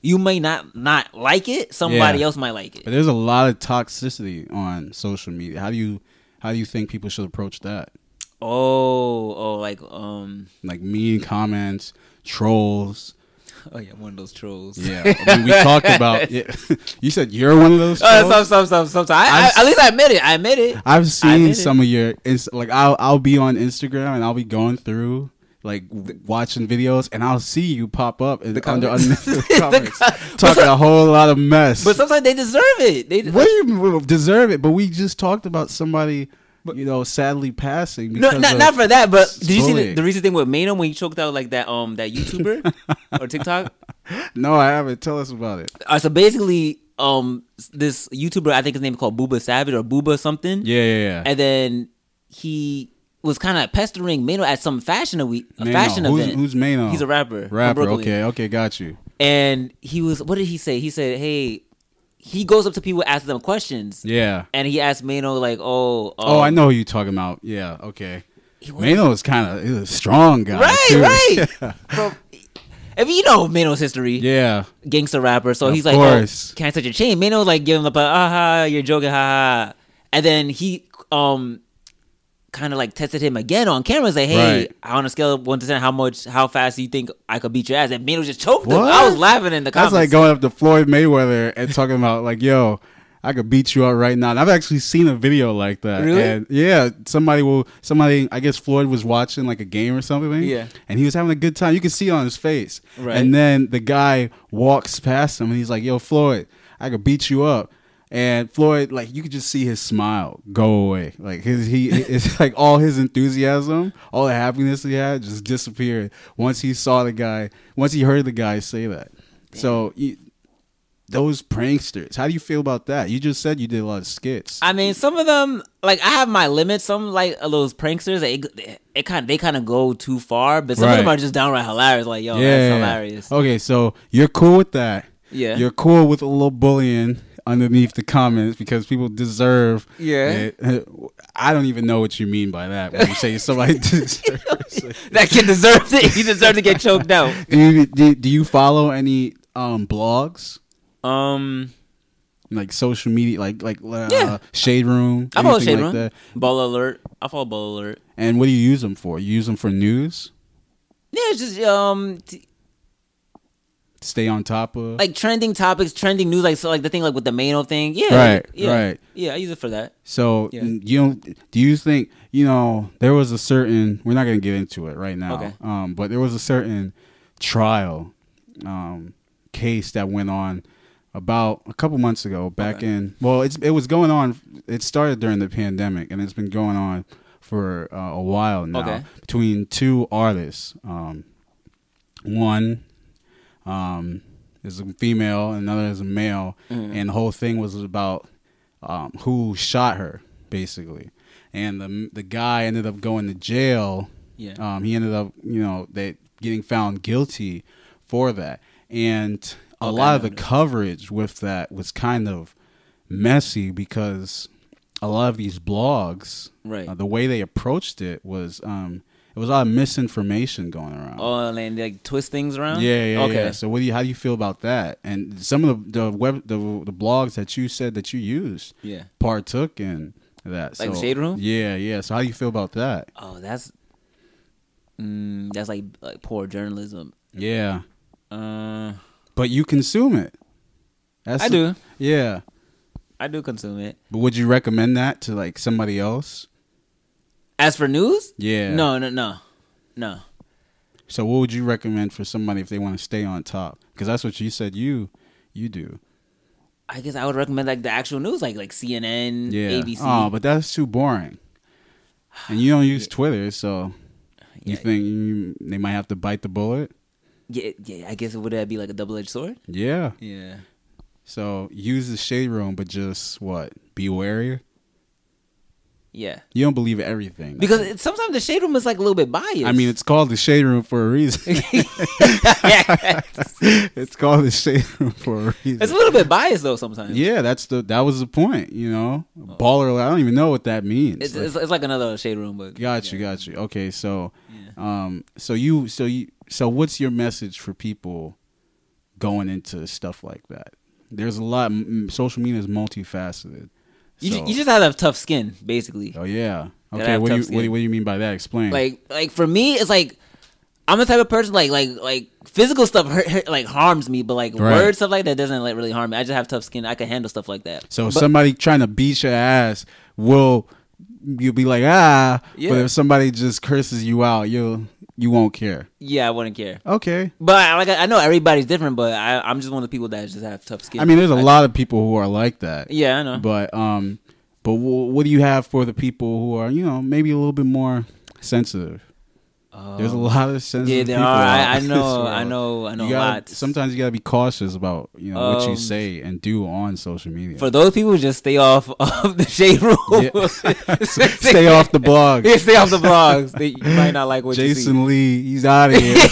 B: you may not not like it. Somebody
A: Yeah.
B: else might like
A: but
B: it.
A: there's a lot of toxicity on social media how do you how do you think people should approach that
B: Oh, oh, like um,
A: like mean comments trolls
B: oh yeah, one of those trolls. <laughs>
A: yeah I mean, we talked about yeah. <laughs> you said you're one of those
B: Uh,
A: trolls?
B: some, some, some, sometimes. I,
A: I've-
B: I, at least I admit it. I admit it.
A: I've seen
B: did it.
A: some of your inst- like I'll I'll be on Instagram and I'll be going through like w- watching videos and I'll see you pop up in, under
B: comments. <laughs>
A: unnecessary
B: The
A: comments,
B: com- but
A: talking
B: so-
A: a whole lot of mess.
B: But sometimes they deserve it. They
A: what do you mean, deserve it? But we just talked about somebody, you know, sadly passing.
B: no,
A: Because
B: not,
A: of-
B: not for that. But did you see the,
A: bullying.
B: the recent thing with Maynard when he choked out like that um that
A: <laughs>
B: YouTuber or TikTok?
A: no, I haven't. Tell us about it.
B: Uh, so basically, um, this YouTuber I think his name is called Booba Savage or Booba something.
A: Yeah, yeah, yeah.
B: And then he was kind of pestering Maynard at some fashion a week, a
A: Mano.
B: fashion
A: who's,
B: event.
A: Who's Mano?
B: He's a rapper. from
A: Rapper.
B: Brooklyn.
A: Okay, okay, got you.
B: And he was. What did he say? He said, "Hey." He goes up to people, asks them questions,
A: Yeah.
B: and he asked Mano like, "Oh,
A: Oh,
B: um,
A: I know who you're talking about. Yeah, okay.
B: He was-
A: Mano is kind of he's a strong guy.
B: Right,
A: too.
B: right. From, if you know Mano's history,
A: <laughs> Yeah.
B: gangster rapper, so he's like,
A: course.
B: oh, "Can't touch your chain." Mano like give him up a aha, you're joking, ha ha. And then he um kind of like tested him again on camera, and say, "Hey,
A: Right.
B: on a scale of one to ten, how much, how fast do you think I could beat your ass?" And Mano just choked him.
A: What?
B: I was laughing in the
A: That's
B: comments.
A: like going up to Floyd Mayweather and talking about like, yo, I could beat you up right now. And I've actually seen a video like that.
B: Really?
A: And yeah, somebody will somebody I guess Floyd was watching like a game or something.
B: Yeah.
A: And he was having a good time. You could see it on his face.
B: Right.
A: And then the guy walks past him and he's like, Yo, Floyd, I could beat you up. And Floyd, like you could just see his smile go away. Like his he it's <laughs> like all his enthusiasm, all the happiness he had just disappeared once he saw the guy, once he heard the guy say that. So you, those pranksters, how do you feel about that? You just said you did a lot of skits.
B: I mean, some of them like I have my limits. Some like of those pranksters, they it kind they kind of go too far, but some of them
A: Right.
B: are just downright hilarious. Like, yo, Oh, that's hilarious. <laughs>
A: Okay, so you're cool with that.
B: Yeah.
A: You're cool with a little bullying underneath the comments because people deserve
B: Yeah.
A: it. <laughs> I don't even know what you mean by that when you say somebody <laughs>
B: <laughs>
A: deserves it.
B: that kid deserves it. He deserves to get choked out.
A: Do you, do, do you follow any um, blogs?
B: Um,
A: Like social media, like like uh,
B: Yeah.
A: Shade Room,
B: I follow
A: anything
B: Shade
A: like
B: Room.
A: that.
B: Ball Alert. I follow Ball Alert.
A: And what do you use them for? You use them for news,
B: Yeah, it's just um, t-
A: stay on top of.
B: like trending topics, trending news, like so, like the thing like with the Mano thing. Yeah,
A: Right,
B: yeah,
A: right.
B: Yeah, I use it for that.
A: So
B: Yeah.
A: n- you don't do you think you know there was a certain we're not going to get into it right now,
B: Okay.
A: um, but there was a certain trial um, case that went on about a couple months ago back
B: Okay.
A: in well it's it was going on it started during the pandemic and it's been going on for uh, a while now
B: Okay.
A: between two artists um, one um, is a female, another is a male,
B: Mm-hmm.
A: and the whole thing was about um, who shot her, basically. And the the guy ended up going to jail.
B: Yeah.
A: Um, he ended up, you know, they getting found guilty for that. And a lot of the coverage with that was kind of messy because a lot of these blogs,
B: Right.
A: uh, the way they approached it was um, it was a lot of misinformation going around.
B: Oh, and they like twist things around.
A: Yeah, yeah,
B: Okay.
A: yeah. So, what do you? How do you feel about that? And some of the the web the, the blogs that you said that you used
B: Yeah.
A: partook in that.
B: Like
A: so,
B: Shade Room?
A: Yeah, yeah. So, how do you feel about that?
B: Oh, that's mm, that's like like poor journalism.
A: Yeah,
B: Uh,
A: but you consume it. That's
B: I do.
A: Yeah,
B: I do consume it.
A: but would you recommend that to like somebody else?
B: As for news,
A: Yeah.
B: no, no, no, no.
A: So, what would you recommend for somebody if they want to stay on top? Because that's what you said you you do.
B: I guess I would recommend like the actual news, like like CNN,
A: Yeah.
B: ABC.
A: Oh, but that's too boring. And you don't use Twitter, so you
B: Yeah.
A: think you, they might have to bite the bullet?
B: yeah, yeah. I guess would that be like a double edged sword?
A: Yeah.
B: Yeah.
A: So use the shade room, but just what? Be wary.
B: Yeah.
A: You don't believe everything.
B: Because it, sometimes the shade room is like a little bit biased.
A: I mean,
B: <laughs>
A: it's called the shade room for a reason. <laughs> it's called the shade room for a reason.
B: it's a little bit biased though. Sometimes.
A: yeah, that's the that was the point. You know, baller. I don't even know what that means.
B: Oh. It's,
A: Like-
B: it's, it's like another shade room, but
A: Got you, got you. Okay, so, um, so you, so you, so what's your message for people going into stuff like that? There's a lot. m- m- Social media is multifaceted.
B: You, ju-
A: So-
B: you just have to have tough skin, basically.
A: oh yeah.
B: Gotta
A: Okay,
B: have
A: what do you
B: tough
A: what do, you-
B: skin.
A: what do you mean by that? Explain.
B: Like, like for me, it's like I'm the type of person like, like, like physical stuff hurt, hurt- like harms me, but like
A: Right.
B: word stuff like that doesn't like really harm me. I just have tough skin. I can handle stuff like that.
A: so,
B: But-
A: somebody trying to beat your ass will you'll be like ah,
B: Yeah.
A: but if somebody just curses you out, you'll you won't care.
B: yeah, I wouldn't care.
A: Okay.
B: But I- like, I I know everybody's different, but I, I'm just one of the people that just have tough skin.
A: I mean, there's a lot of people who are like that.
B: Yeah, I know.
A: But um, but wh- what do you have for the people who are you know maybe a little bit more sensitive? There's a lot of sensitive.
B: Um, yeah, there
A: people
B: are. I-
A: out
B: I
A: in <laughs> this
B: know, I
A: world.
B: know, I know
A: You gotta,
B: lots.
A: Sometimes you gotta be cautious about you know what you
B: Um,
A: say and do on social media.
B: for those people, just stay off <laughs> of the shade room. <laughs>
A: Stay off the blog.
B: Yeah, stay off the blogs. They, you might not like what
A: Jason
B: you
A: Lee, he's out
B: <laughs>
A: of here.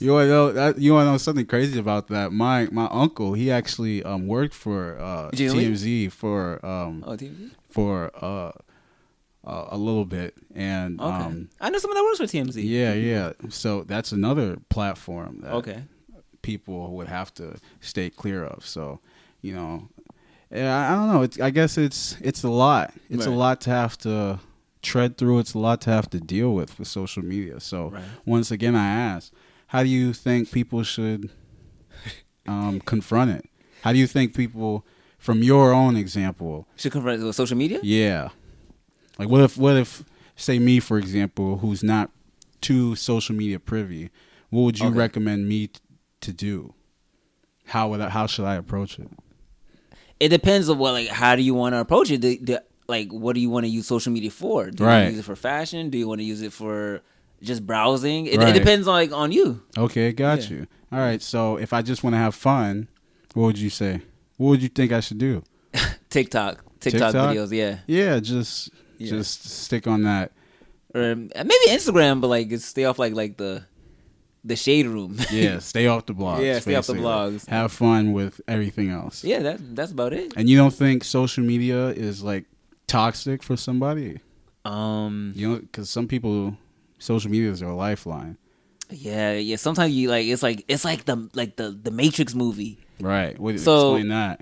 A: You want to know? that- You want to know something crazy about that? My my uncle, he actually um worked for uh,
B: Jason Lee?
A: TMZ for um
B: see. Oh, TMZ?
A: for uh, uh, a little bit, and
B: Okay.
A: um,
B: I know someone that works for TMZ.
A: yeah, yeah. So that's another platform that
B: Okay.
A: people would have to stay clear of. So, you know, yeah, I, I don't know. It's, I guess it's it's a lot. It's a
B: Right.
A: lot to have to tread through. It's a lot to have to deal with with social media. So,
B: Right.
A: once again, I ask, how do you think people
B: <laughs>
A: should um, confront it? How do you think people, from your own example,
B: Should confront it with social media?
A: Yeah. Like what if what if say me for example, who's not too social media privy, what would you
B: Okay.
A: recommend me t- to do? How would I, how should I approach it?
B: It depends on what, like, how do you want to approach it? The, the, like, what do you want to use social media for? Do you want
A: Right.
B: to use it for fashion? Do you want to use it for just browsing? It,
A: Right.
B: it depends on, like, on you.
A: Okay, got
B: Yeah.
A: you. All right, so if I just want to have fun, what would you say? What would you think I should do?
B: TikTok, TikTok,
A: TikTok?
B: videos, yeah,
A: Yeah, just just stick on that.
B: or um, maybe Instagram, but like, it's stay off like like the the shade room.
A: Yeah, <laughs> stay off the blogs.
B: Yeah, stay off the blogs.
A: Have fun with everything else.
B: <laughs> yeah, that that's about it.
A: And you don't think social media is like toxic for somebody?
B: Um,
A: You know, because some people, social media is their lifeline.
B: yeah, yeah. Sometimes you like it's like it's like the like the the Matrix movie.
A: Right. What,
B: So-
A: explain that.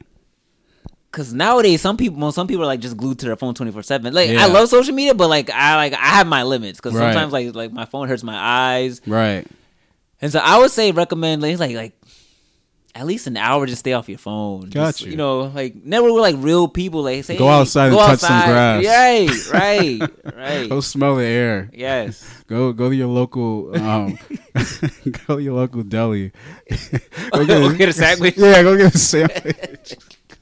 B: Cause nowadays some people, well, some people are like just glued to their phone twenty four seven. Like
A: Yeah.
B: I love social media, but like I like I have my limits. Cause
A: Right.
B: sometimes like like my phone hurts my eyes,
A: Right.
B: and so I would say recommend like like like at least an hour just stay off your phone.
A: Got
B: Just,
A: you.
B: you know, like never with like real people. Like say
A: Go
B: hey,
A: outside and
B: go
A: touch some grass.
B: Right, right,
A: <laughs>
B: right.
A: Go smell the air.
B: Yes.
A: Go go to your local um, <laughs> go to your local deli. go,
B: Go get a
A: <laughs>
B: sandwich.
A: Yeah, go get a sandwich.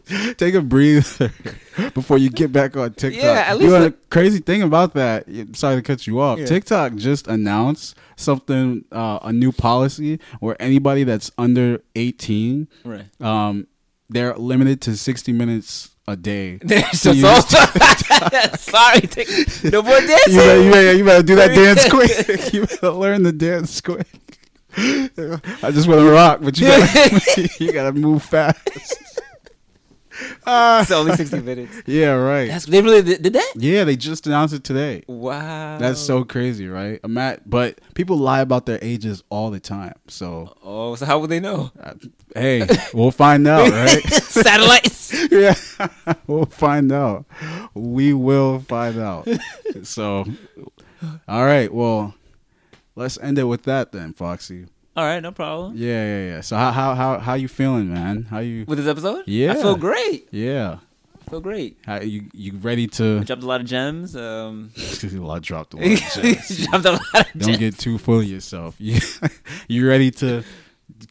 A: <laughs> Take a breather <laughs> before you get back on TikTok.
B: Yeah, at
A: you
B: least
A: know,
B: the-
A: the crazy thing about that. y- Sorry to cut you off. TikTok just announced something, uh, a new policy where anybody that's under eighteen
B: Right.
A: um, they're limited to 60 minutes a day.
B: so,
A: You
B: so-
A: just-
B: <laughs> sorry, take, no more dancing.
A: <laughs> you, better, you, better, you better do that dance quick. <laughs> you better learn the dance quick. I just want to rock, but you gotta, <laughs> you gotta move fast. Ah,
B: it's only sixty minutes.
A: yeah, right.
B: That's they really did, did that.
A: yeah, they just announced it today.
B: Wow,
A: That's so crazy, right? I'm at, but people lie about their ages all the time. So,
B: Oh, so how would they
A: <laughs>
B: know?
A: uh,
B: <laughs>
A: hey, we'll find out, right? <laughs>
B: Satellites.
A: yeah, <laughs> we'll find out. We will find out. so, all right. Well, let's end it with that then, Foxy.
B: <laughs> All right, no problem.
A: Yeah, yeah, yeah. So how how how how you feeling, man? How you?
B: With this episode,
A: Yeah.
B: I feel great.
A: Yeah,
B: I feel great.
A: how you you ready
B: I <laughs>
A: to?
B: dropped a lot of
A: <laughs>
B: gems. Um, <laughs>
A: well, I dropped a lot. of shit.
B: dropped a lot of
A: Don't
B: gems.
A: get too full of yourself. <laughs> You you ready to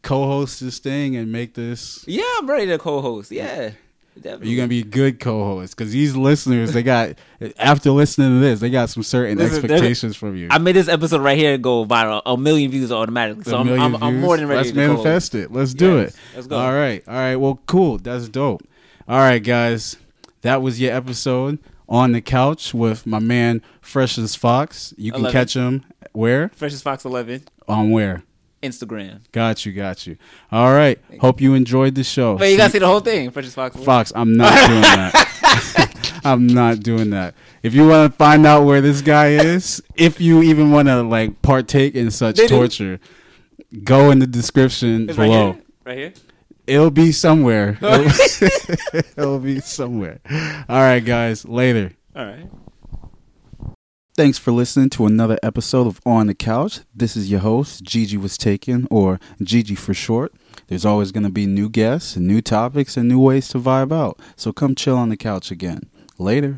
A: co-host this thing and make this?
B: yeah, I'm ready to co-host. Yeah,
A: Are
B: definitely.
A: you gonna be a good co-host? Because these listeners, they got after listening to this, they got some certain
B: Listen, they're-
A: expectations from you.
B: I made this episode right here go viral. A million views automatically. So
A: A
B: I'm,
A: million
B: I'm, I'm
A: views.
B: more than ready
A: Let's
B: to go.
A: manifest it. Let's do
B: Yes,
A: it.
B: let's go.
A: All right. All right. Well, cool. That's dope. All right, guys. That was your episode on the couch with my man Fresh as Fox. You can
B: Eleven.
A: catch him where?
B: Fresh as Fox 11,
A: On where?
B: Instagram.
A: Got you. Got you. All right. Hope you enjoyed the show.
B: Wait, you gotta say the whole thing. Fresh as Fox 11.
A: Fox, I'm not doing that. <laughs> I'm not doing that. If you want to find out where this guy is, if you even want to like partake in such
B: They do.
A: torture, go in the description
B: It's right
A: below.
B: here. Right here.
A: It'll be somewhere. <laughs> It'll, <laughs> it'll be somewhere. All right, guys. Later.
B: All right.
A: Thanks for listening to another episode of On the Couch. This is your host, Gigi Was Taken, or Gigi for short. There's always going to be new guests, new topics, and new ways to vibe out. So come chill on the couch again. Later.